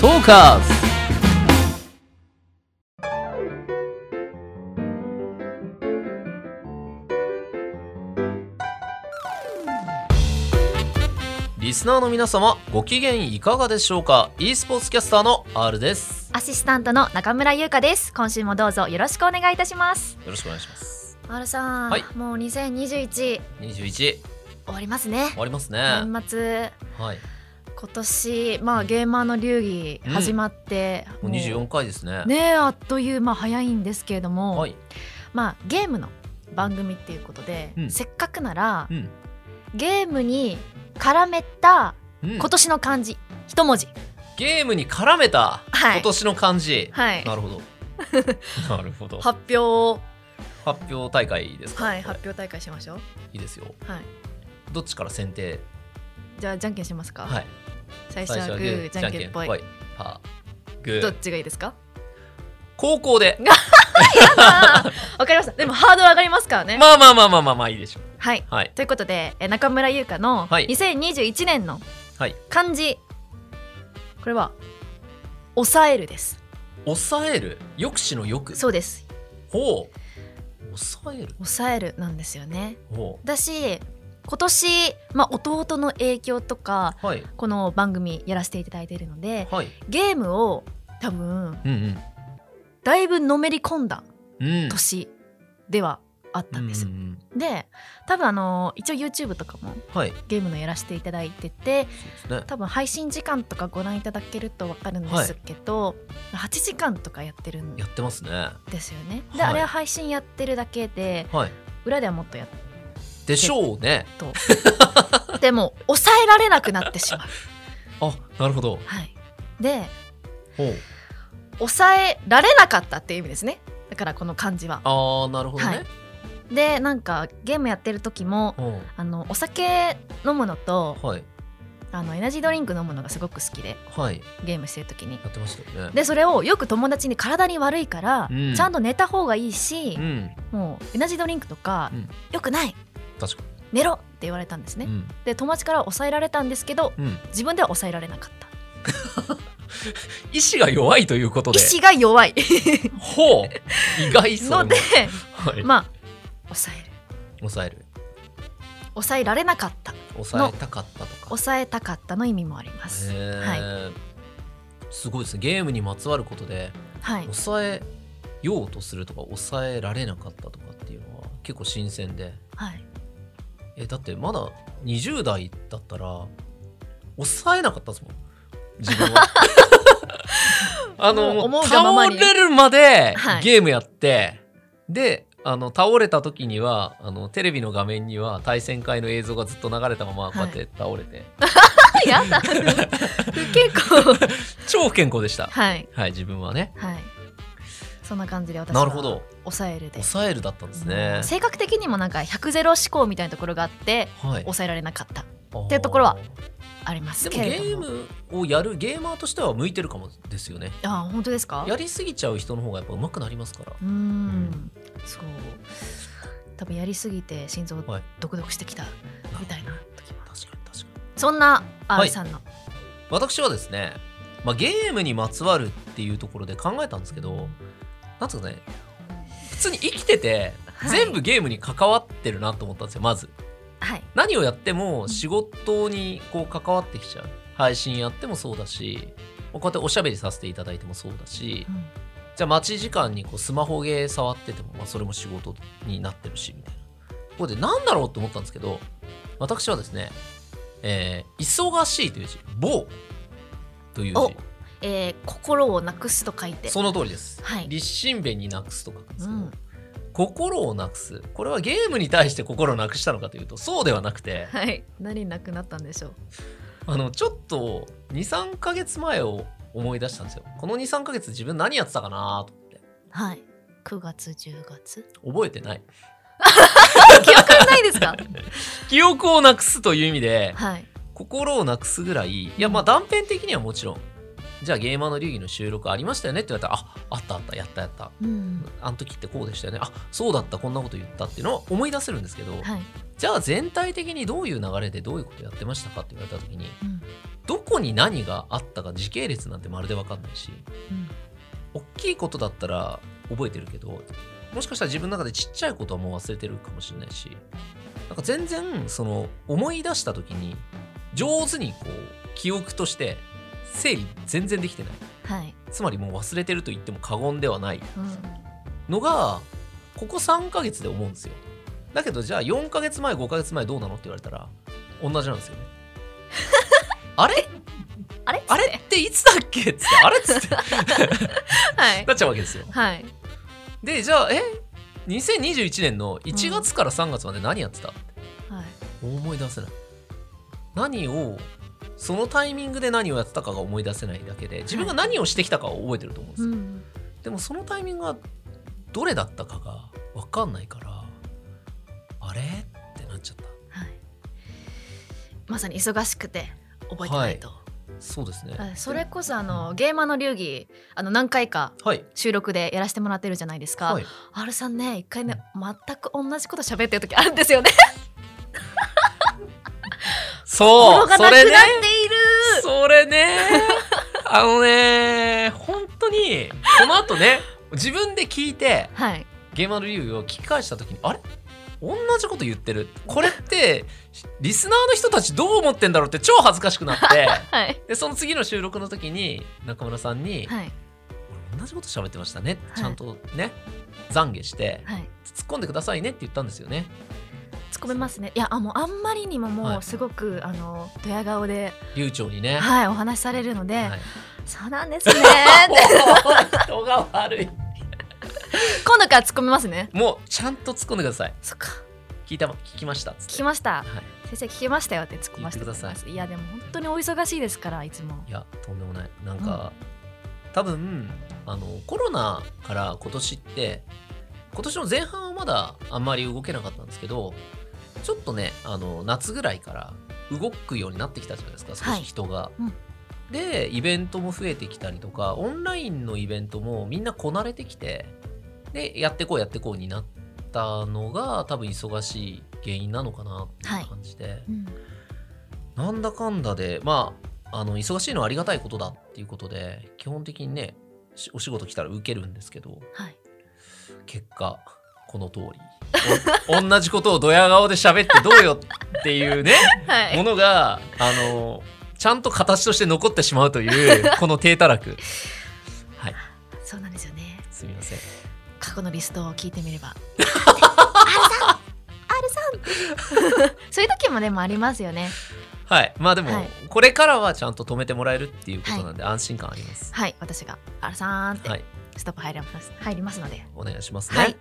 トーカーズリスナーの皆様ご機嫌いかがでしょうか e スポーツキャスターの R ですアシスタントの中村優香です。今週もどうぞよろしくお願いいたします。よろしくお願いします R さん、はいもう2021終21終わりますね。わりますね年末はい今年まあゲーマーの流儀うん始まって、もう24回ですねねあっという間早いんですけれども、はいまあゲームの番組っていうことで、うんせっかくならうんゲームに絡めたうん今年の漢字、一文字ゲームに絡めたはい今年の漢字、はいなる ほどなるほど発表を発表大会ですか、はいこれ発表大会しましょう。いいですよはい。どっちから選定じゃあじゃんけんしますか。はい最初はグーじゃんけんぽい。パーグどっーちがいいですか 高校であーわかりました。でもハードル上がりますからね。まあまあまあまあまあまあいいでしょうはい。はいということで、え中村優香のはい2021年のはい漢字、これは抑えるです。抑える抑止の抑そうです。ほう抑える抑えるなんですよね。ほだし、今年まあ弟の影響とかうはいこの番組やらせていただいているので、はいゲームを多分うんだいぶのめり込んだうんうん年ではあったんです。うんうんで、多分あの一応 YouTube とかもはいそうゲームのやらせていただいててですね多分配信時間とかご覧いただけると分かるんですけど、8時間とかやってるんやってますねですよね。で、はいあれは配信やってるだけではい裏ではもっとやっでしょうねと でも抑えられなくなってしまう。あなるほどはい、でほう抑えられなかったっていう意味ですねだからこの漢字は。ああなるほどね、はいでなんかゲームやってる時もほあのお酒飲むのとうはいあのエナジードリンク飲むのがすごく好きではいゲームしてる時にやってましたよねでそれをよく友達に体に悪いから、うんちゃんと寝た方がいいしう、んもうエナジードリンクとか、うんよくない確か寝ろって言われたんですね、に、うんで友達からは抑えられたんですけどうん、自分では抑えられなかった意志が弱いということ意で志が弱いほう意外それのもで、はいまあ抑える抑える抑えられなかった抑えたかったとか抑えたかったの意味もあります、へーすごいですねゲームにまつわることではい、抑えようとするとか抑えられなかったとかっていうのは結構新鮮ではい、 えだってまだ20代だったら抑えなかったですもん自分 はあのもうもう思うがまま倒にれるまではいゲームやって、であの倒れた時にはあのテレビの画面には対戦会の映像がずっと流れたままこうやって倒れて、あやだ結構超不健康でしたはいはい自分はねはいそんな感じで私なはるほど抑えるです抑えるだったんですね、性格的にもなんか100ゼロ思考みたいなところがあってはい、抑えられなかったっていうところはありますでもけゲれーどもムをやるゲーマーとしては向いてるかもですよねあ本当ですかやりすぎちゃう人の方がやっぱ上手くなりますからうーんそう多分やりすぎて心臓はいドクドクしてきたみたいな時も確かに確かにそんなはい R さんの私はですね、まあ、ゲームにまつわるっていうところで考えたんですけどなんつうかね普通に生きててはい全部ゲームに関わってるなと思ったんですよまずはい何をやっても仕事にこう関わってきちゃう配信やってもそうだしこうやっておしゃべりさせていただいてもそうだしうんじゃあ待ち時間にこうスマホゲー触ってても、まあ、それも仕事になってるしみたいなここで何だろうと思ったんですけど私はですね、えー忙しいという字「某」というお字えー心をなくすと書いてその通りです、はい立身弁になくすと書くんですけど、うん心をなくすこれはゲームに対して心をなくしたのかというとそうではなくてはい何なくなったんでしょうあのちょっと23ヶ月前を思い出したんですよこの23ヶ月自分何やってたかなと思ってはい9月10月 覚えてない記憶ないで すか記憶をなくすという意味ではい心をなくすぐらいいやまあ断片的にはもちろんじゃあゲーマーの流儀の収録ありましたよねって言われたらああったあったやったやったうんあの時ってこうでしたよねあそうだったこんなこと言ったっていうのは思い出せるんですけど、はいじゃあ全体的にどういう流れでどういうことやってましたかって言われた時にうんどこに何があったか時系列なんてまるで分かんないしうん大きいことだったら覚えてるけどもしかしたら自分の中でちっちゃいことはもう忘れてるかもしれないしなんか全然その思い出した時に上手にこう記憶として整理全然できてないはい、つまりもう忘れてると言っても過言ではないうんのがここ3ヶ月で思うんですよだけどじゃあ4ヶ月前5ヶ月前どうなのって言われたら同じなんですよねあれあれあれっていつだっけっつってあれっつってはいなっちゃうわけですよはいでじゃあえ2021年の1月から3月まで何やってた、はい思い出せない何をそのタイミングで何をやってたかが思い出せないだけで自分が何をしてきたかは覚えてると思うんですよ、んでもそのタイミングがどれだったかが分かんないからあれってなっちゃったはい、まさに忙しくて覚えてないと、そうですねはいそれこそあのゲーマーの流儀あの何回かはい収録でやらせてもらってるじゃないですか、 はい R さんね一回ね全く同じこと喋ってる時あるんですよねそ心うがなそくなっれてねいる、それねあのね本当にこの後ね自分で聞いてはいゲーマーの理由を聞き返した時にあれ同じこと言ってるこれってリスナーの人たちどう思ってんだろうって超恥ずかしくなって はいでその次の収録の時に中村さんにはい俺同じこと喋ってましたね、はいちゃんとね懺悔して、はい突っ込んでくださいねって言ったんですよね突っ込めますねいやあもうあんまりにもはもういすごく、あのドヤ顔で流暢にね、はいお話しされるので、はいそうな んですねーって人が悪い今度から突っ込めますねもうちゃんと突っ込んでくださいそっか聞いた聞きましたっつって聞きましたはい、先生聞けましたよって突っ込ませて言ってくだいやでも本当にお忙しいですからいつもいやとんでもないなんか、多分あのコロナから今年って今年の前半はまだあんまり動けなかったんですけどちょっとねあの夏ぐらいから動くようになってきたじゃないですか少はいし人が。うんでイベントも増えてきたりとかオンラインのイベントもみんなこなれてきてでやってこうやってこうになったのが多分忙しい原因なのかなっていう感じで。うんなんだかんだで、まあ、あの忙しいのはありがたいことだっていうことで基本的にねしお仕事来たら受けるんですけどはい結果この通りお 同じことをドヤ顔で喋ってどうよっていうねはもいのがあのちゃんと形として残ってしまうと いうこの低たらくはいそうなんですよねすみません過去のリストを聞いてみれば R さん R さんそういう時もでもありますよねはいまあでも、はいこれからはちゃんと止めてもらえるっていうことなんで安心感ありますはい私が R さんってはいストップ入ります入りますのでお願いしますね。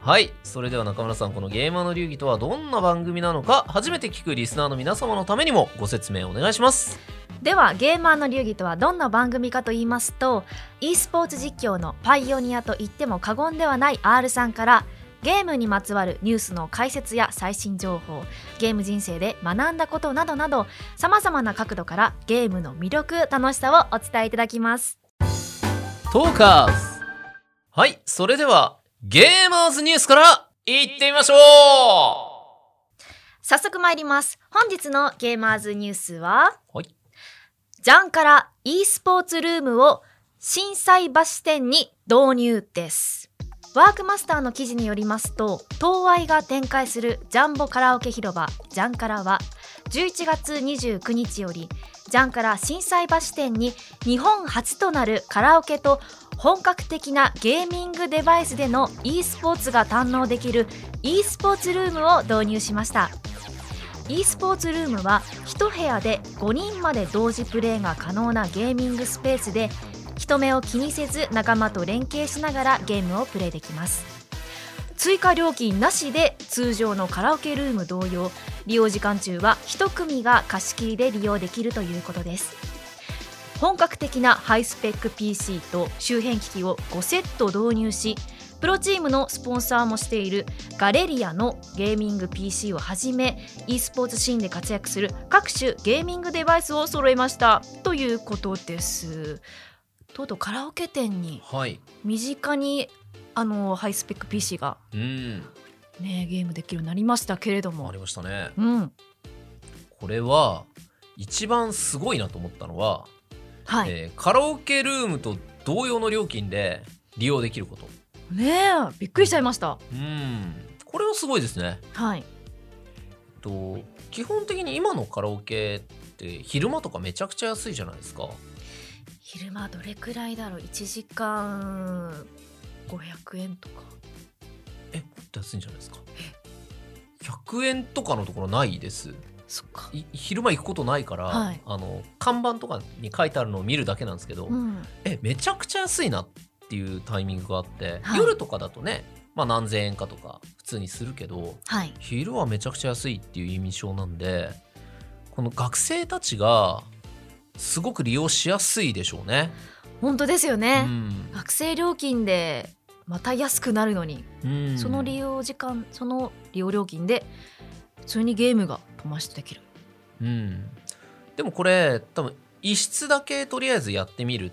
ははいい、それでは中村さんこの「ゲーマーの流儀」とはどんな番組なのか初めて聞くリスナーの皆様のためにもご説明お願いします。ではゲーマーの流儀とはどんな番組かと言いますと e スポーツ実況のパイオニアと言っても過言ではない R さんからゲームにまつわるニュースの解説や最新情報ゲーム人生で学んだことなどなどさまざまな角度からゲームの魅力楽しさをお伝えいただきますトーカーズはいそれではゲーマーズニュースからいってみましょう早速参ります本日のゲーマーズニュースは、はいジャンから e スポーツルームを震災橋店に導入ですワークマスターの記事によりますと東愛が展開するジャンボカラオケ広場ジャンカラは11月29日よりジャンから震災橋店に日本初となるカラオケと本格的なゲーミングデバイスでの e スポーツが堪能できる e スポーツルームを導入しました e スポーツルームは1部屋で5人まで同時プレイが可能なゲーミングスペースで人目を気にせず仲間と連携しながらゲームをプレイできます追加料金なしで通常のカラオケルーム同様利用時間中は1組が貸し切りで利用できるということです本格的なハイスペック PC と周辺機器を5セット導入しプロチームのスポンサーもしているガレリアのゲーミング PC をはじめ e スポーツシーンで活躍する各種ゲーミングデバイスを揃えましたということですとうとうカラオケ店にはい身近にあのハイスペック PC がうんねゲームできるようになりましたけれどあもりましたね。うんこれは一番すごいなと思ったのは、はい、えーカラオケルームと同様の料金で利用できることねえびっくりしちゃいましたうんこれはすごいですねはえいっと基本的に今のカラオケって昼間とかめちゃくちゃ安いじゃないですか昼間どれくらいだろう1時間500円とかえもっと安いんじゃないですか100円とかのところないですそっかい昼間行くことないから、はいあの看板とかに書いてあるのを見るだけなんですけど、うんえめちゃくちゃ安いなっていうタイミングがあって、はい夜とかだとね、まあ、何千円かとか普通にするけどはい昼はめちゃくちゃ安いっていう印象なんでこの学生たちがすごく利用しやすいでしょうね。本当ですようね、ん学生料金でまた安くなるのに、うんその利用時間その利用料金で普通にゲームが飛ましてできるうん、でもこれ多分一室だけとりあえずやってみるっ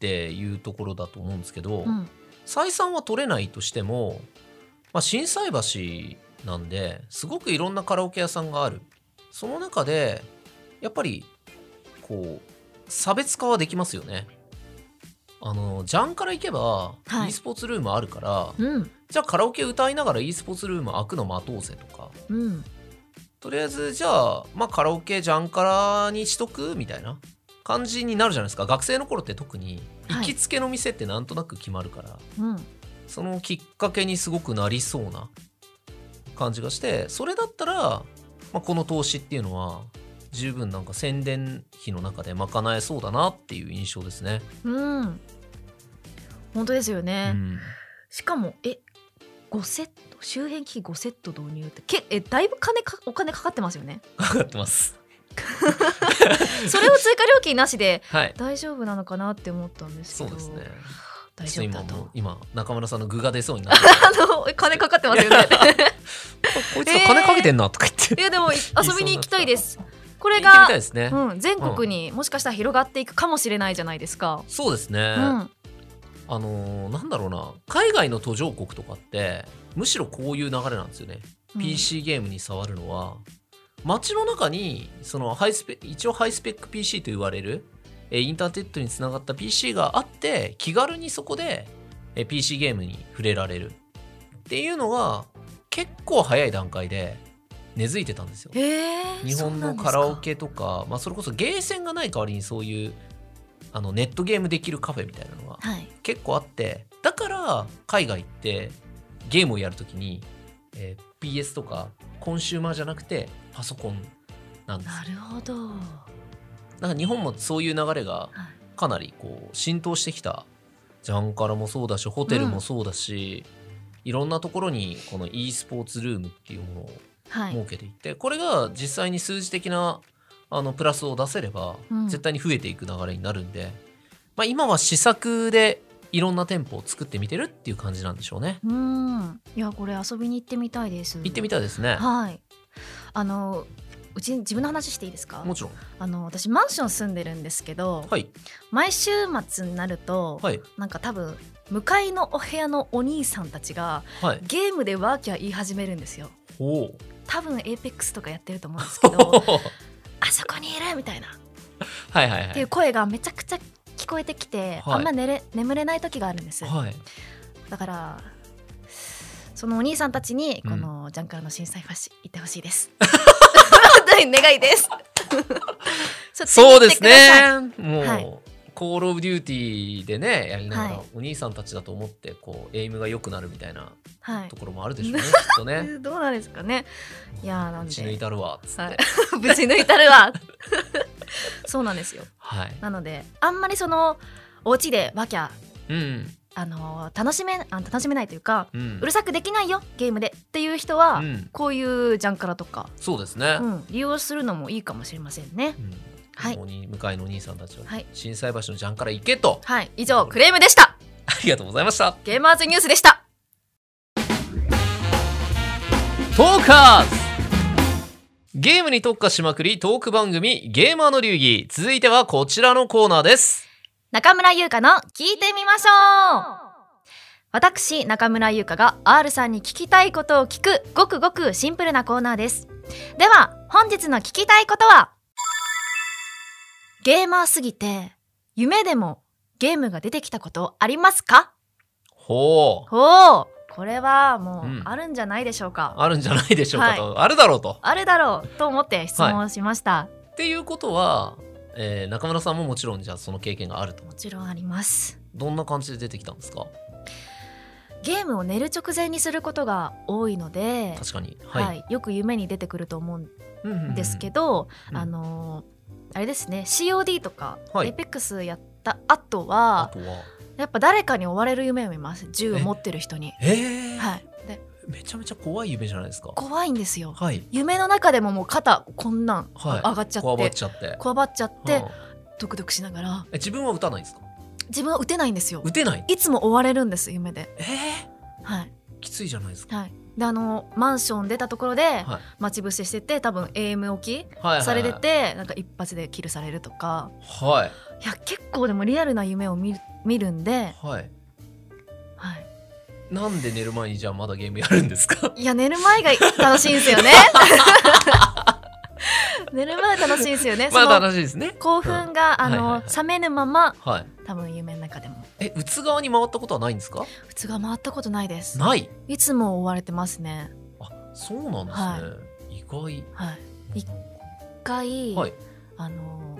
ていうところだと思うんですけど、うん採算は取れないとしても、まあ、震災橋なんですごくいろんなカラオケ屋さんがあるその中でやっぱりこう差別化はできますよねあのジャンから行けば、はい e スポーツルームあるから、うんじゃあカラオケ歌いながら e スポーツルーム開くの待とうぜとかうんとりあえずじゃあ、まあ、カラオケジャンカラにしとくみたいな感じになるじゃないですか学生の頃って特にはい行きつけの店ってなんとなく決まるから、うんそのきっかけにすごくなりそうな感じがしてそれだったら、まあ、この投資っていうのは十分なんか宣伝費の中で賄えそうだなっていう印象ですね。うん本当ですようね、ん、しかもえ5セット周辺機器5セット導入ってけえだいぶ金かお金かかってます よねかかってます。それを追加料金なしではい大丈夫なのかなって思ったんですけそうどですね。大ち丈ょっ夫と今だもうと今中村さんの具が出そうになって あの金かかってますよねこいつら金かけてんなとか言って、 いやでもい遊びに行きたいですこれ行ってみがたいですね。うん、全国にもしかしたら広がっていくかもしれないじゃないですか、そうですね。うん、あのーなんだろうな海外の途上国とかってむしろこういう流れなんですよね。うん PC ゲームに触るのは街の中にそのハイスペ一応ハイスペック PC と言われるえーインターネットにつながった PC があって気軽にそこでえー PC ゲームに触れられるっていうのが結構早い段階で根付いてたんですよ。へえ日本のカラオケとかまあ、それこそゲーセンがない代わりにそういうあのネットゲームできるカフェみたいなのがはい結構あってだから海外ってゲームをやるときに、えー PS とかコンシューマーじゃなくてパソコンなんですなるほど、はなんか日本もそういう流れがい、かなりこう浸透してきたジャンカラもそうだしホテルもそうだし、いろんなところにこの e スポーツルームっていうものをはい設けていって、これが実際に数字的なあのプラスを出せれば、うん絶対に増えていく流れになるんで、まあ、今は試作でいろんな店舗を作ってみてるっていう感じなんでしょうね。うんいやこれ遊びに行ってみたいです行ってみたいですね。はい。あのうち自分の話していいですかも？ちろん。あの私マンション住んでるんですけど、はい。毎週末になると、はい。なんか多分向かいのお部屋のお兄さんたちがはい。 ゲームでワーキャー言い始めるんですよ。ほう。多分エイペックスとかやってると思うんですけ ど、はあそこにいるみたいなっい はいはていうい。声がめちゃくちゃ聞こえてきて、はいあんま寝れ眠れない時があるんです。はい。だから。そのお兄さんたちにうんこのジャンカラの震災ファッシ行ってほしい です。願い です。そうですねちょっと行ってください。。もう、はいコールオブデューティーでね、やりながら、はいお兄さんたちだと思って、こう、エイムが良くなるみたいなはいと。ころもあるでしょうね、きっとね。 どうなんですかね。いやーなんで血抜いたるわ、つって。ははいい。 ぶち抜いたるわ。そうなんですよ。なのであんまりそのお家でワキャうん。あのー楽しめあ楽しめないというか、うん。うるさくできないよゲームでっていう人は、うんこういうジャンカラとか、そうですね。うん、利用するのもいいかもしれませんね。うんはいおに向かいのお兄さんたちは、はい震災橋のジャンから行けとはい以上クレームでした。ありがとうございましたゲーマーズニュースでした。トーカーズゲームに特化しまくりトーク番組「ゲーマーの流儀」続いてはこちらのコーナーです中村優香の聞いてみましょう私中村優香が R さんに聞きたいことを聞くごくごくシンプルなコーナーですでは本日の聞きたいことはゲーマーすぎて夢でもゲームが出てきたことありますかほう。ほうこれはもううんあるんじゃないでしょうか、あるんじゃないでしょうかと。あるだろうと。あるだろうと思って質問をしました、っていうことは、えー中村さんももちろんじゃあその経験があると。もちろんありますどんな感じで出てきたんですかゲームを寝る直前にすることが多いので、確かに。は。はいいよく夢に出てくると思うんうんうんうんですけど、うんあのーあれですね COD とか、はい APEX やった後あはとは。やっぱ誰かに追われる夢を見ます銃を持ってる人に、えーはい、でめちゃめちゃ怖い夢じゃないですか。怖いんですよはい。夢の中でももう肩こんなんはい上がっちゃって、怖ばっちゃって。こわばっちゃってうんドクドクしながらえ自分は打たないんですか自分は撃てないんですよ打てないいつも追われるんです夢でえー、はいきついじゃないですか。はいであのマンション出たところで、はい待ち伏せしてて多分 AM 置きはいはいはい、されててなんか一発でキルされるとかはいいや結構でもリアルな夢を見る見るんで、はいはい、なんで寝る前にじゃあまだゲームやるんですかいや寝る前が楽しいんです よね寝る前楽しいんですよね まそあの楽しいですね興奮うが、んあはの、いはいはい冷めぬままはい多分夢の中でもえ打つ側に回ったことはないんですか普通が回ったことないですないいつも追われてますねあそうなんですね、意はい外い一回、はいあの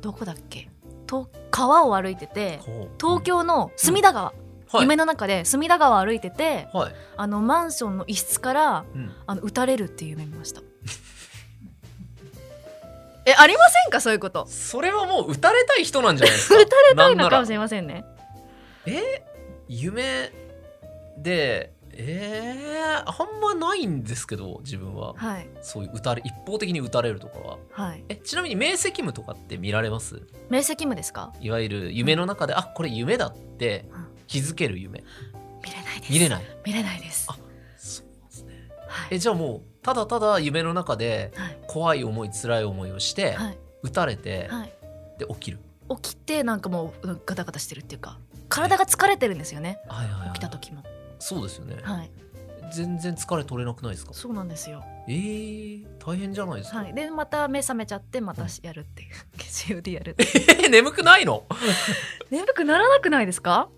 どこだっけと川を歩いててこう東京の隅田川、はい夢の中で隅田川を歩いててはい、あのマンションの一室からうん、あの撃たれるっていう夢見ました えありませんかそういうことそれはもう打たれたい人なんじゃない ですか打たれないのかもしられませんね夢でえー、あんまないんですけど自分ははいそういう打たれ一方的に打たれるとかははいえちなみに明晰夢とかって見られます明晰夢ですかいわゆる夢の中で、あこれ夢だって気づける夢見れないです見れない見れないですあそうですねはえいじゃあもうただただ夢の中ではい怖い思い辛い思いをして、はい打たれて、はいで起きる起きてなんかもうガタガタしてるっていうか体が疲れてるんですよねはいはい、はい、起きた時もそうですよね、はい全然疲れ取れなくないですかそうなんですよえー、大変じゃないですか、 はいでまた目覚めちゃってまたやるっていう COD やる眠くないの 眠くならなくないですか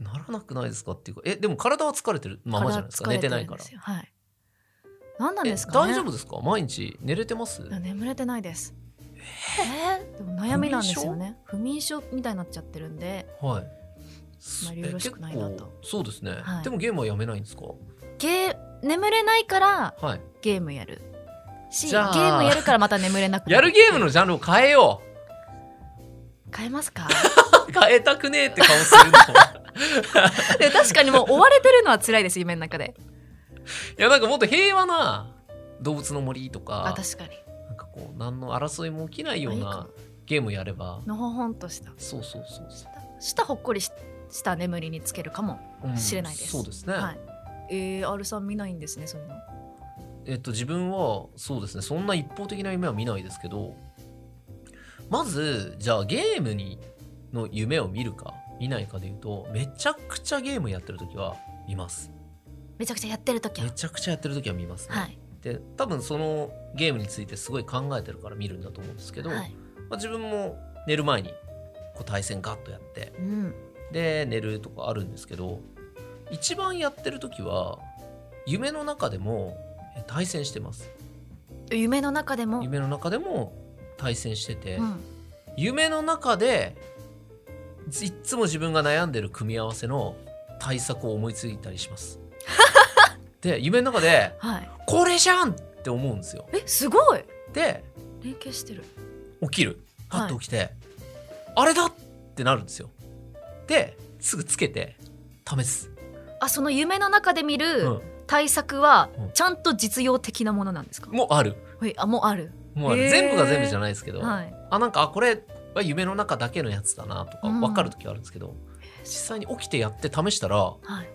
ならなくないですかっていうかえでも体は疲れてるままじゃないですか寝てないかららはい何なんえですかね大丈夫ですか毎日寝れてますいや眠れてないですえー、でも悩みなんですよね不眠症みたいになっちゃってるんではいまりよろしくないなえと結構そうですね、はいでもゲームはやめないんですかゲー眠れないからはいゲームやるしじゲゃあームやるからまた眠れなくなやるゲームのジャンルを変えよ変えますか う変えたくねえって顔す るので確かにもう追われてるのは辛いです夢の中でいやなんかもっと平和な動物の森とあか確かになんかこう何の争いも起きないよういいかなもゲームやればのほほんとしたそうそうそうそしたほっこりしした眠りにつけるかも、う、うん知れないですそうですね、はいえー、R さん見ないんですねそんなえっと自分はそうですねそんな一方的な夢は見ないですけどまずじゃあゲームにの夢を見るか見ないかで言うとめちゃくちゃゲームやってる時は見ますめちゃくちゃやってる時はめちゃくちゃやってる時は見ますね、はいで多分そのゲームについてすごい考えてるから見るんだと思うんですけど、はいまあ、自分も寝る前にこう対戦ガッとやってうんで寝るとかあるんですけど一番やってる時は夢の中でもえ対戦してます夢の中でも夢の中でも対戦してて、うん夢の中でいっつも自分が悩んでる組み合わせの対策を思いついたりします で夢の中ではい「これじゃん!」って思うんですよえすごいで連携してる起きるパはいッと起きて、あれだってなるんですよですぐつけて試す、あその夢の中で見うるん、対策はうんちゃんと実用的なものなんですか、もうあるはいあもうあるもうあるへー全部が全部じゃないですけど、はいあなんかあこれは夢の中だけのやつだなとかうん分かる時はあるんですけど、実際に起きてやって試したらはい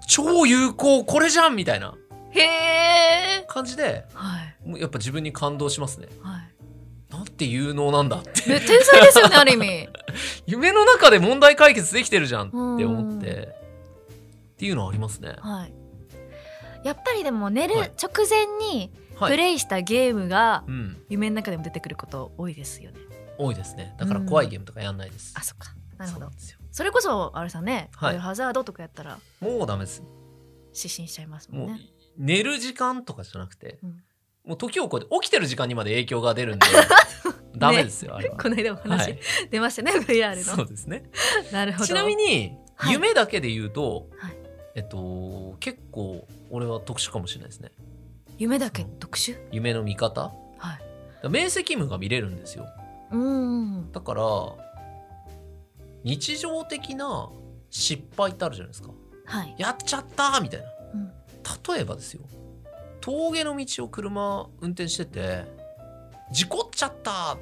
超有効これじゃんみたいなへえ感じではいもうやっぱ自分に感動しますねはいなんて有能なんだって ね天才ですよねある意味夢の中で問題解決できてるじゃんって思っうてっていうのはありますねはいやっぱりでも寝るはい直前にはプい、レイしたゲームがうん、夢の中でも出てくること多いですよね。多いですねだから怖いゲームとかやんないです、あそっかなるそほうどんですよそれこそあれさね、はいバイオハザードとかやったらもうダメです失神しちゃいますももんうね寝る時間とかじゃなくて、うんもう時を超えて起きてる時間にまで影響が出 るんでダメですよ、あれは。この間おは話、い、出ましたね VR そのうですねなるほどちなみにはい夢だけで言うと、はいえっと結構俺は特殊かもしれないですね夢だけ特集夢の見方はい明晰夢が見れるんですようーんだから日常的な失敗ってあるじゃないですかはい、やっちゃったーみたいなうん、例えばですよ峠の道を車運転してて事故っちゃった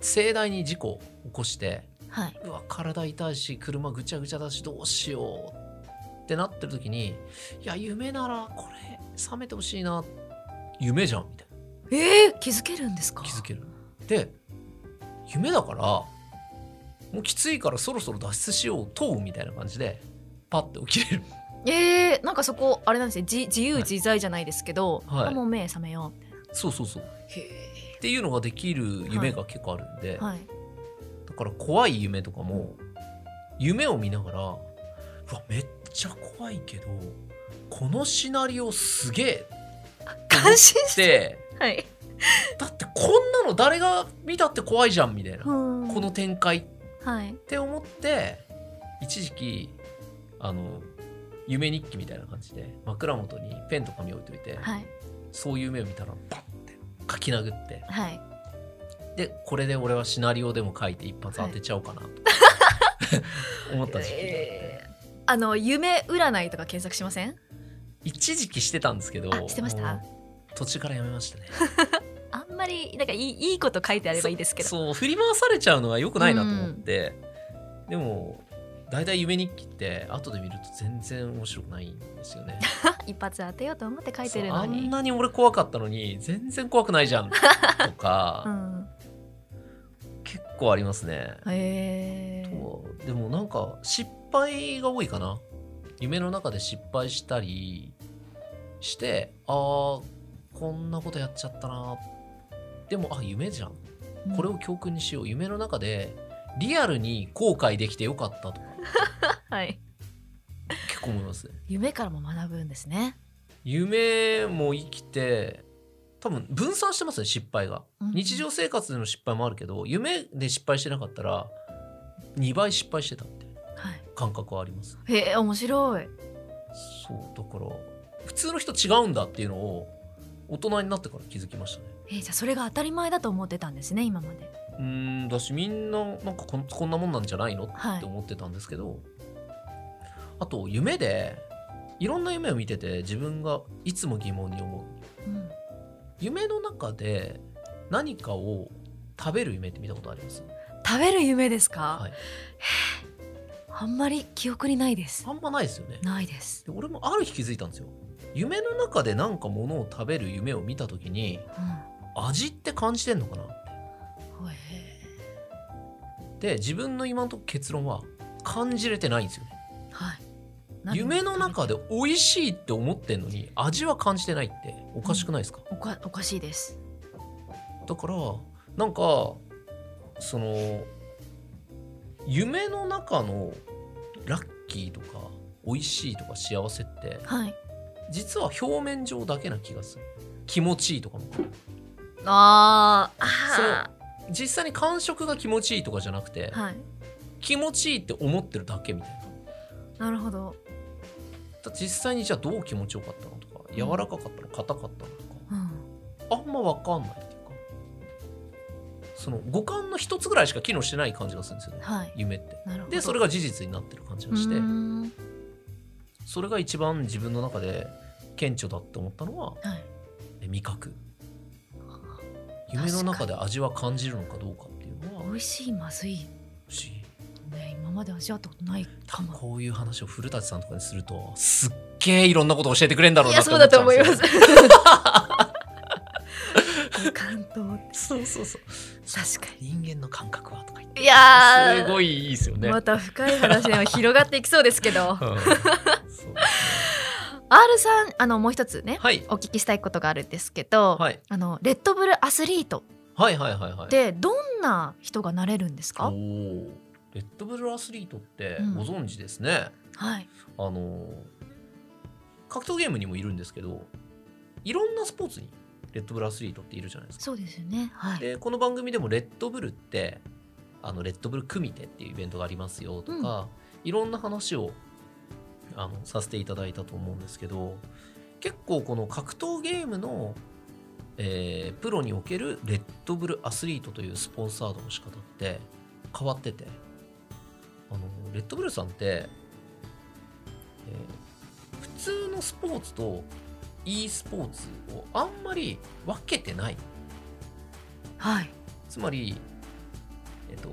盛大に事故起こしてはいうわ体痛いし車ぐちゃぐちゃだしどうしようってなってる時にいや夢ならこれ覚めてほしいな夢じゃんみたいなえー、気づけるんですか気づけるで夢だからもうきついからそろそろ脱出しよう問うみたいな感じでパッて起きれるえー、なんかそこあれなんですね自自由自在じゃないですけど、はいあもう目覚めようみたいなそうそうそうへっていうのができる夢が結構あるんで、えはいだから怖い夢とかも夢を見ながらうわめっちゃ怖いけどこのシナリオすげえ感心っしててはいだってこんなの誰が見たって怖いじゃんみたいな、ここの展開っはいて思って一時期あの夢日記みたいな感じで枕元にペンと紙置いといて、はいそういう夢を見たらバッて書き殴ってはいでこれで俺はシナリオでも書いて一発当てちゃおうか なと、思った時期があって、えーあの夢占いとか検索しません一時期してたんですけどあしてましたもう途中からやめましたねあんまりなんかいいいいこと書いてあればいいですけどそそう振り回されちゃうのは良くないなと思って、でも大体夢日記って後で見ると全然面白くないんですよね一発当てようと思 って書いてるそうのあんになに俺怖かったのに全然怖くないじ ゃんとか、うん結構ありますね、へえそうでもなんか失敗が多いかな夢の中で失敗したりしてあーこんなことやっちゃったなでもあ夢じゃんこれを教訓にしよう夢の中でリアルに後悔できてよかったとか はい結構思いますね夢からも学ぶんですね夢も生きて多分分散してますね失敗がうん日常生活での失敗もあるけど夢で失敗してなかったら2倍失敗してたってはい感覚はありますへえ面白いそうだから普通の人違うんだっていうのを大人になってから気づきましたねえーじゃあそれが当たり前だと思ってたんですね今までうーんだしみんななんかこんこんなもんなんじゃないのはってい思ってたんですけど、あと夢でいろんな夢を見てて自分がいつも疑問に思ううん夢の中で何かを食べる夢って見たことあります、食べる夢ですか、はい、あんまり記憶にないですあんまないですよねないです、で俺もある日気づいたんですよ夢の中で何かものを食べる夢を見た時にうん味って感じてんのかなってへえで自分の今のとこ結論は感じれてないんですよねはい夢の中でで美味しいって思ってんのに味は感じてないっておかしくないですか、おかおかしいですだからなんかその夢の中のラッキーとか美味しいとか幸せってはい実は表面上だけな気がする気持ちいいとかもあーそのあ実際に感触が気持ちいいとかじゃなくてーはい気持ちいいって思ってるだけみたいななるほど、だ実際にじゃあどう気持ちよかったのとか柔らかかったの硬かったのとかうん、あんま分かんないっていうかその五感の一つぐらいしか機能してない感じがするんですよねはい夢ってなるほどでそれが事実になってる感じがしてうーんはそれが一番自分の中で顕著だって思ったのはいえ味覚夢の中で味は感じるのかどうかっていうのは美味しいまずい不思議ね今まで味わったことないかもこういう話を古舘さんとかにするとすっげえいろんなことを教えてくれんだろういなやってそう思っだちゃとうん思でいすよまねす 感動そうそうそう確か人間の感覚はとか言ってにいやーすごいいいですよね、また深い話でも広がっていきそうですけ ど R うんそうさんあのもう一つねはいお聞きしたいことがあるんですけど、はいあのレッドブルアスリートはいはいはいはいでどんな人がなれるんですおかーレッドブルアスリートってうんご存知ですね、はいあのー格闘ゲームにもいるんですけどいろんなスポーツにレッドブルアスリートっているじゃないですかそうですよねはいでこの番組でもレッドブルってあのレッドブル組手っていうイベントがありますよとか、いろんな話をあのさせていただいたと思うんですけど結構この格闘ゲームの、えープロにおけるレッドブルアスリートというスポンサードの仕方って変わっててあのレッドブルさんって、えー普通のスポーツと e スポーツをあんまり分けてないはいつまり、えっと、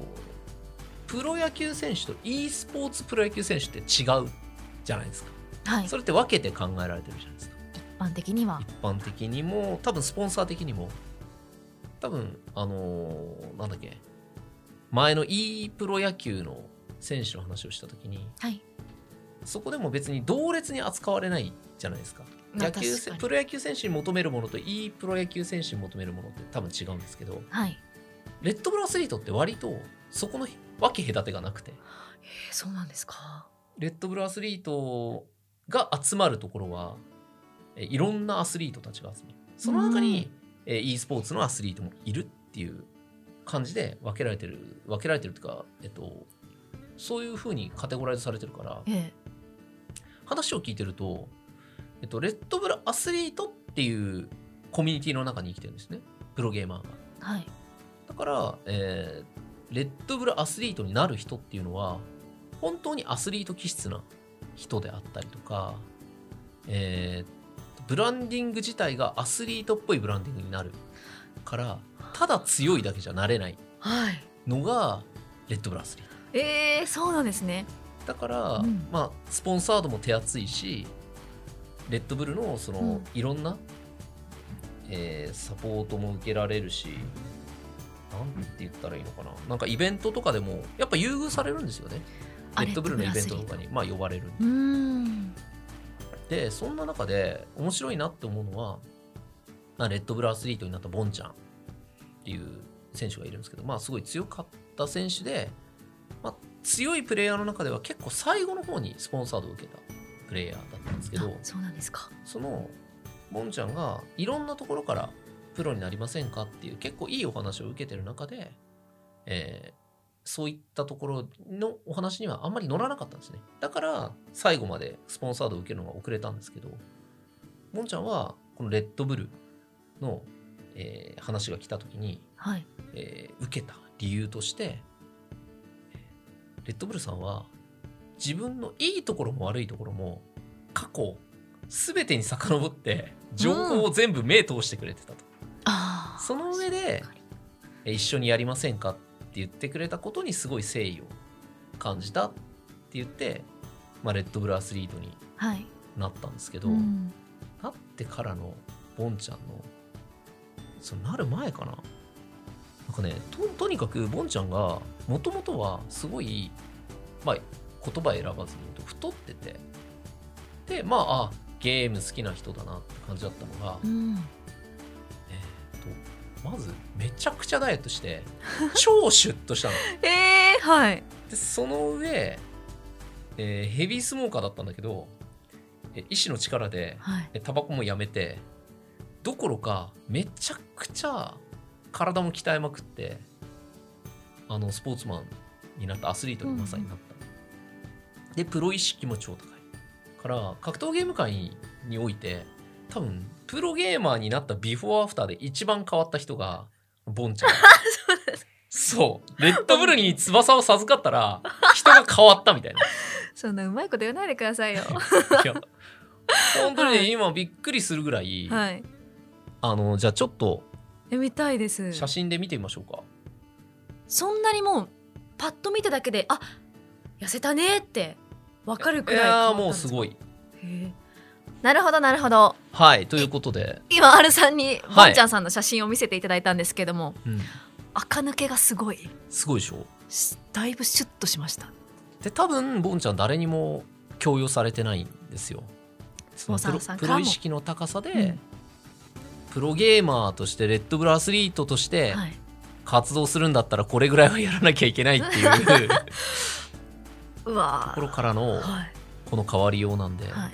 プロ野球選手と e スポーツプロ野球選手って違うじゃないですか。はいそれって分けて考えられてるじゃないですか。一般的には一般的にも、多分スポンサー的にも、多分、あのーなんだっけ、前の e プロ野球の選手の話をしたときに、はいそこでも別に同列に扱われないじゃないですか。まあ野球確かにプロ野球選手に求めるものと e プロ野球選手に求めるものって多分違うんですけど、はいレッドブルアスリートって割とそこの分け隔てがなくてえーそうなんですかレッドブルアスリートが集まるところはえいろんなアスリートたちが集まるその中に、え e スポーツのアスリートもいるっていう感じで分けられてる分けられてるっていうか、えっと、そういうふうにカテゴライズされてるからえ話を聞いてると、えっと、レッドブルアスリートっていうコミュニティの中に生きてるんですねプロゲーマーが。えはいだから、えーレッドブルアスリートになる人っていうのは本当にアスリート気質な人であったりとか、えーブランディング自体がアスリートっぽいブランディングになるからただ強いだけじゃなれないはいのがレッドブルアスリートえー、そうなんですねだから、うんまあ、スポンサードも手厚いしレッドブルのその、うんいろんな、えーサポートも受けられるしなんて言ったらいいのかななんかイベントとかでもやっぱ優遇されるんですよねあレッドブルのイベントレッドブルアスリートとかに、まあ、呼ばれるんでうーんでそんな中で面白いなって思うのは、まあ、レッドブルアスリートになったボンちゃんっていう選手がいるんですけど、まあ、すごい強かった選手で、まあ、強いプレイヤーの中では結構最後の方にスポンサードを受けたプレイヤーだったんですけどあそうなんですかそのボンちゃんがいろんなところからプロになりませんかっていう結構いいお話を受けてる中で、えーそういったところのお話にはあんまり乗らなかったんですねだから最後までスポンサードを受けるのが遅れたんですけどボンちゃんはこのレッドブルの、えー話が来た時に、はいえー受けた理由としてレッドブルさんは自分のいいところも悪いところも過去全てに遡って情報を全部目通してくれてたと、ああその上でえ一緒にやりませんかって言ってくれたことにすごい誠意を感じたって言って、まあ、レッドブルアスリートにはいなったんですけど、んなってからのボンちゃんのそのなる前かななんかねととにかくボンちゃんがもともとはすごい、まあ、言葉選ばずに言うと太っててでまああゲーム好きな人だなって感じだったのが、うんえーとまずめちゃくちゃダイエットして超シュッとしたのえー、はいでその上、えーヘビースモーカーだったんだけどえ医師の力ではいえタバコもやめてどころかめちゃくちゃ体も鍛えまくってあのスポーツマンになったアスリートにまさになった、でプロ意識も超高いから格闘ゲーム界において多分プロゲーマーになったビフォーアフターで一番変わった人がボンちゃんそうレッドブルに翼を授かったら人が変わったみたいなそんなうまいこと言わないでくださいよいや本当にね今びっくりするぐらい、はいあのじゃあちょっとえ見たいです写真で見てみましょうか、そんなにもうパッと見ただけであ痩せたねってわかるくいらいやーもうすいごいなるほどなるほどはいということで、今アルさんにはいボンちゃんさんの写真を見せていただいたんですけども、うん、垢抜けがすごいすごいでしょしだいぶシュッとしましたで多分ボンちゃん誰にも強要されてないんですよそのスポンサプローさんプからロ意も識の高さで、うんプロゲーマーとしてレッドブルアスリートとしてはい、活動するんだったらこれぐらいはやらなきゃいけないって いうとうわころからーのはこの変わりようなんで、いやはいっ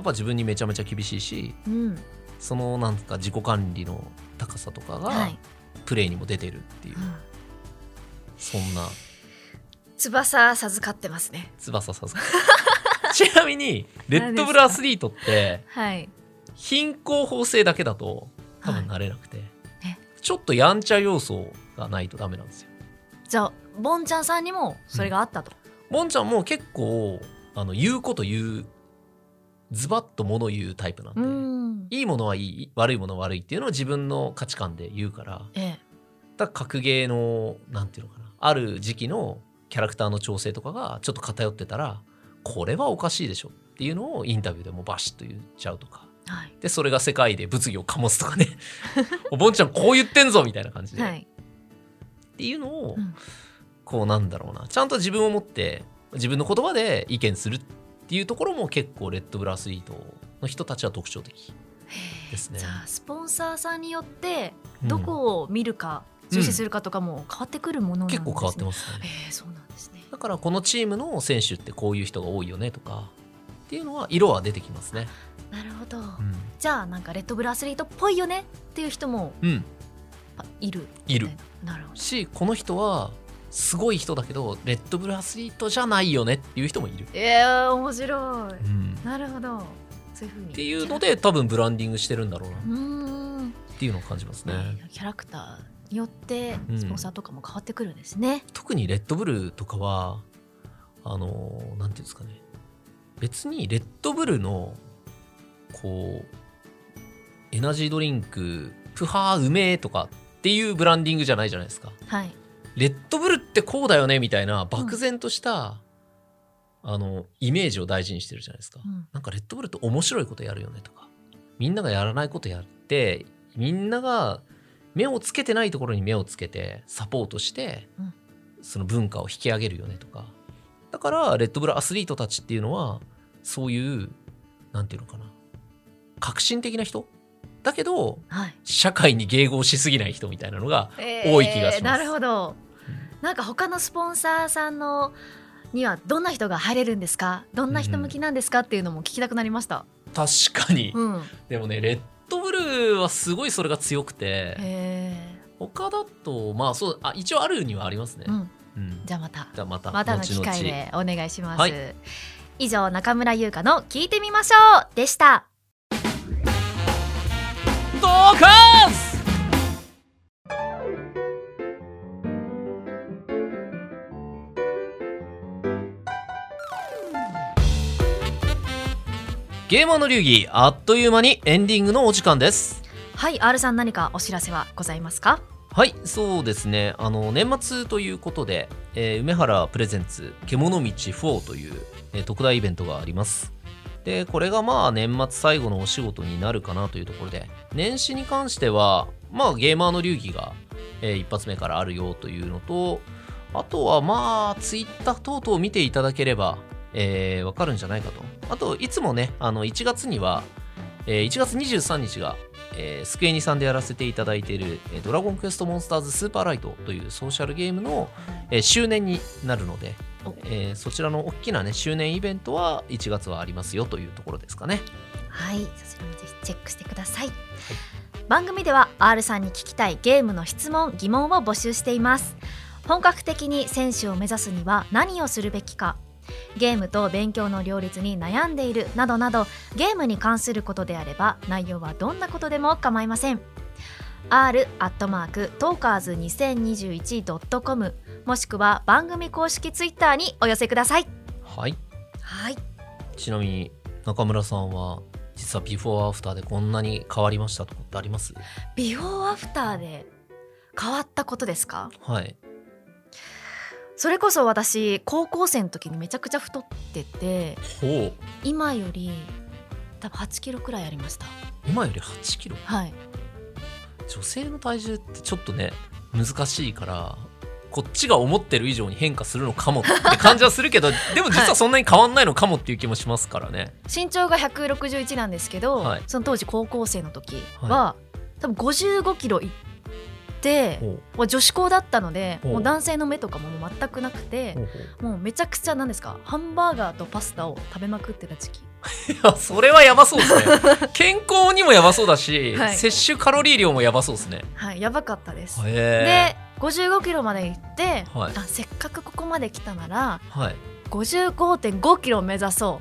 ぱ自分にめちゃめちゃ厳しいしうんそのなんか自己管理の高さとかはがい、プレーにも出てるっていう、うん、そんな翼授かってますね翼 さすちなみにレッドブルアスリートってはい貧困法制だけだと多分なれなくて、えちょっとやんちゃ要素がないとダメなんですよ。じゃあボンちゃんさんにもそれがあったと、もんちゃんも結構あの言うこと言うズバッと物言うタイプなんで、うんいいものはいい悪いものは悪いっていうのを自分の価値観で言うからええだから格ゲーのなんていうのかなある時期のキャラクターの調整とかがちょっと偏ってたらこれはおかしいでしょっていうのをインタビューでもバシッと言っちゃうとかはいでそれが世界で物議を醸すと かねおぼんちゃんこう言ってんぞみたいな感じで、はっいていうのを、うんこうなんだろうなちゃんと自分を持って自分の言葉で意見するっていうところも結構レッドブルアスリートの人たちは特徴的、へえですねじゃあスポンサーさんによってうんどこを見るか、重視するかとかも変わってくるものなんです、結ね、構変わってまますねええそうなんですねだからこのチームの選手ってこういう人が多いよねとかっていうのは色は出てきますねなるほど、うじゃあなんかレッドブルアスリートっぽいよねっていう人もん、あいるいるみたななるほどしこの人はすごい人だけどレッドブルアスリートじゃないよねっていう人もいる、ええ面白い、うん、なるほどそういうふうにっっていうので多分ブランディングしてるんだろうなうーんっていうのを感じますね、キャラクターによってうんスポンサーとかも変わってくるんですね、特にレッドブルとかはあのーなんていうんですかね別にレッドブルのこうエナジードリンクプハーうめえとかっていうブランディングじゃないじゃないですかはいレッドブルってこうだよねみたいな漠然とした、あのイメージを大事にしてるじゃないですか、うんなんかレッドブルって面白いことやるよねとかみんながやらないことやってみんなが目をつけてないところに目をつけてサポートして、うんその文化を引き上げるよねとかだからレッドブルアスリートたちっていうのはそういうなんていうのかな革新的な人だけどはい社会に迎合しすぎない人みたいなのがえ多い気がしますなるほど。なんか他のスポンサーさんのにはどんな人が入れるんですか、どんな人向きなんですかっていうのも聞きたくなりました。確かに、うん。へでもねレッドブルはすごいそれが強くてえ。他だとまあそうあ一応あるにはありますね、うん。うんじゃあまたじゃあまたまたの後機々会でお願いします。はい以上中村優香の聞いてみましょうでした。ドカンスゲーマーの流儀あっという間にエンディングのお時間ですはい、R さん何かお知らせはございますか？はいそうですねあの年末ということで、えー梅原プレゼンツ「獣道4」という、えー特大イベントがありますでこれがまあ年末最後のお仕事になるかなというところで年始に関してはまあゲーマーの流儀が、えー一発目からあるよというのとあとはまあツイッター等々見ていただければえーわかるんじゃないかとあといつもねあの1月には、えー1月23日がえースクエニさんでやらせていただいている「えードラゴンクエストモンスターズスーパーライト」というソーシャルゲームの、えー周年になるのでお、えーそちらの大きなね周年イベントは1月はありますよというところですかね。はい、そちらもぜひチェックしてください。番組では R さんに聞きたいゲームの質問・疑問を募集しています。本格的に選手を目指すには何をするべきか、ゲームと勉強の両立に悩んでいるなどなど、ゲームに関することであれば内容はどんなことでも構いません。r アットマークトーカーズ2021ドットコムもしくは番組公式ツイッターにお寄せください。はい、はい、ちなみに中村さんは実はビフォーアフターでこんなに変わりましたとかってありますビフォーアフターで変わったことですか？はい。それこそ私高校生の時にめちゃくちゃ太っててほう今より多分8キロくらいありました今より8キロはい女性の体重ってちょっとね難しいからこっちが思ってる以上に変化するのかもって感じはするけど でも実はそんなに変わんないのかもっていう気もしますからね。身長が161なんですけど、はいその当時高校生の時は、多多分55キロ行ってほうもう女子校だったのでおもう男性の目とかももう全くなくてほうほもうめちゃくちゃなんですかハンバーガーとパスタを食べまくってた時期ういやそれはやばそうですね 健康にもやばそうだし、はい摂取カロリー量もやばそうですねはいやばかったですへで55キロまで行って、はいあせっかくここまで来たならえはい55.5キロ目指そ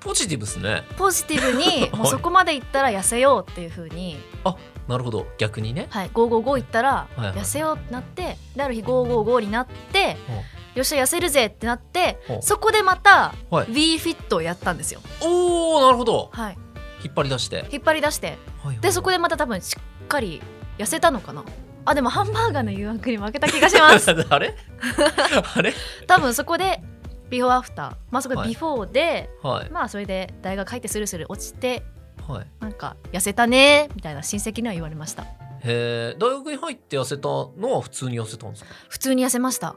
ポジティブですねうポジティブにもうそこまで行ったら痩せようっていう風に、なるほど逆にねはい、555行ったらはいはい痩せようってなって、である日555になって、よっしゃ痩せるぜってなって、ほうそこでまたはい WeFit をやったんですよ、おおなるほどはい、引っ張り出して引っ張り出してでそこででまた多分しっかり痩せたのかなあでもハンバーガーの誘惑に負けた気がします あれあれ多分そこでビフォーアフターまあそこはでいビフォーで、はいまあそれで大学入ってスルスル落ちてはいなんか痩せたねみたいな親戚には言われましたへえ大学に入って痩せたのは普通に痩せたんですか普通に痩せました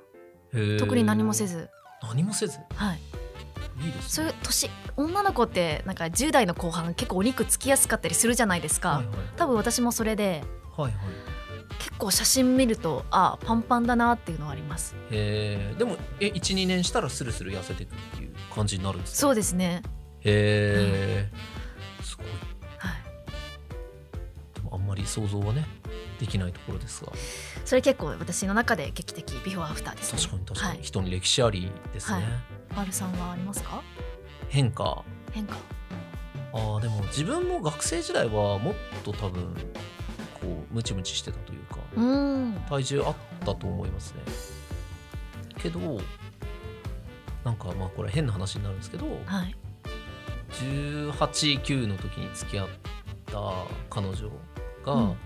へえ特に何もせず何もせずはいいいですそうねいう年女の子ってなんか10代の後半結構お肉つきやすかったりするじゃないですか、はい多分私もそれではいはいはい結構写真見るとあパンパンだなっていうのはありますへえでもえ12年したらスルスル痩せてくっていう感じになるんですかそうですねへえすごいはいでもあんまり想像はねできないところですがそれ結構私の中で劇的ビフォーアフターですね確かに確かはに人に歴史ありですね、はいい、丸さんはありますか変化変化あーでも自分も学生時代はもっと多分こうムチムチしてたというかうーん体重あったと思いますねけどなんかまあこれ変な話になるんですけどはい189の時に付き合った彼女うがん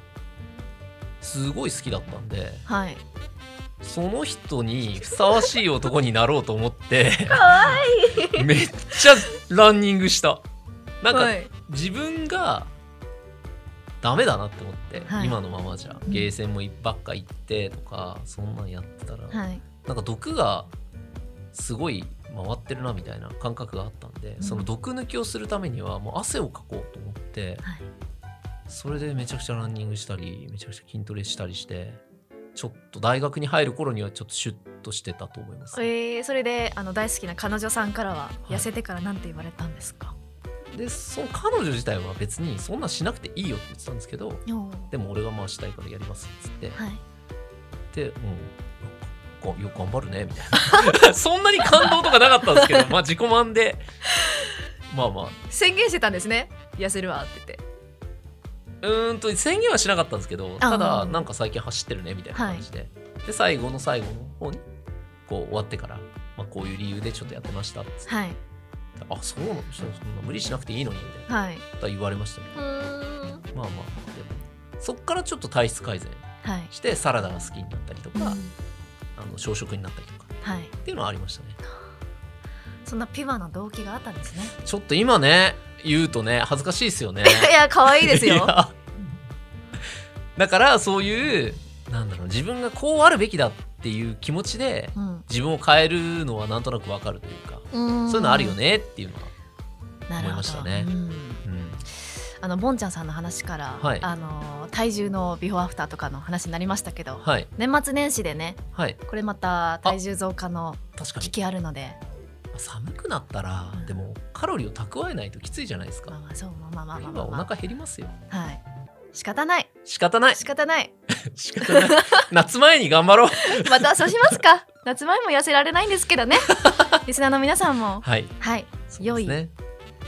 すごい好きだったんで、はいその人にふさわしい男になろうと思って かわいめっちゃランニングした なんかはい自分がダメだなって思って、はい今のままじゃうんゲーセンもばっか行ってとかそんなんやってたら、はいなんか毒がすごい回ってるなみたいな感覚があったんで、んその毒抜きをするためにはもう汗をかこうと思ってはいそれでめちゃくちゃランニングしたりめちゃくちゃ筋トレしたりしてちょっと大学に入る頃にはちょっとシュッとしてたと思います、えー、それであの大好きな彼女さんからはい痩せてからなんて言われたんですか、でその彼女自体は別にそんなんしなくていいよって言ってたんですけどおーでも俺がまあしたいからやりますっつって、はい、で、うん、よくよく頑張るねみた いなそんなに感動とかなかったんですけどまあ自己満でまあまあ宣言してたんですね痩せるわって言ってうーんと宣言はしなかったんですけどたあだーなんか最近走ってるねみたいな感じで、で最後の最後の方にこう終わってから、まあ、こういう理由でちょっとやってましたっつってはいあそうなのそんな無理しなくていいのにみたいなはいことは言われましたけうーんどまあまあまあでもそっからちょっと体質改善はいしてサラダが好きになったりとか、うんあの小食になったりとかはいっていうのはありましたねそんなピュアな動機があったんですねちょっと今ね言うとね恥ずかしいですよね いや可愛いですいよやだからそういうなんだろう自分がこうあるべきだっていう気持ちでうん自分を変えるのはなんとなくわかるというかうんそういうのあるよねっていうのは、なるほど思いましたねうんうんあのボンちゃんさんの話から、はいあの体重のビフォーアフターとかの話になりましたけどはい年末年始でねはいこれまた体重増加の確かに危機あるので寒くなったらうんでもカロリーを蓄えないときついじゃないですまあかまあそうまあまあまあまあま今あお腹減りますよはい仕方ない仕方 ない仕方ない仕方 ない夏前に頑張ろうまたそうしますか夏前も痩せられないんですけど ねリスナーの皆さんもはいはいそう良ですいね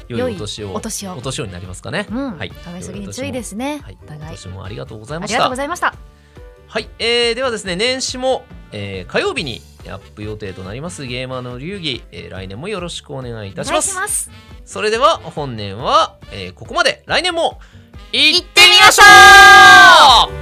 良いお年をお年おを年をになりますかねうんはい食べ過ぎに注意ですねはいお今互い年もありがとうございあまりしがとうたございましたはい、えーではですね年始も、えー火曜日にアップ予定となりますゲーマーの流儀、えー来年もよろしくお願いいたしますお願いしますそれでは本年は、えーここまで来年もいってみましょう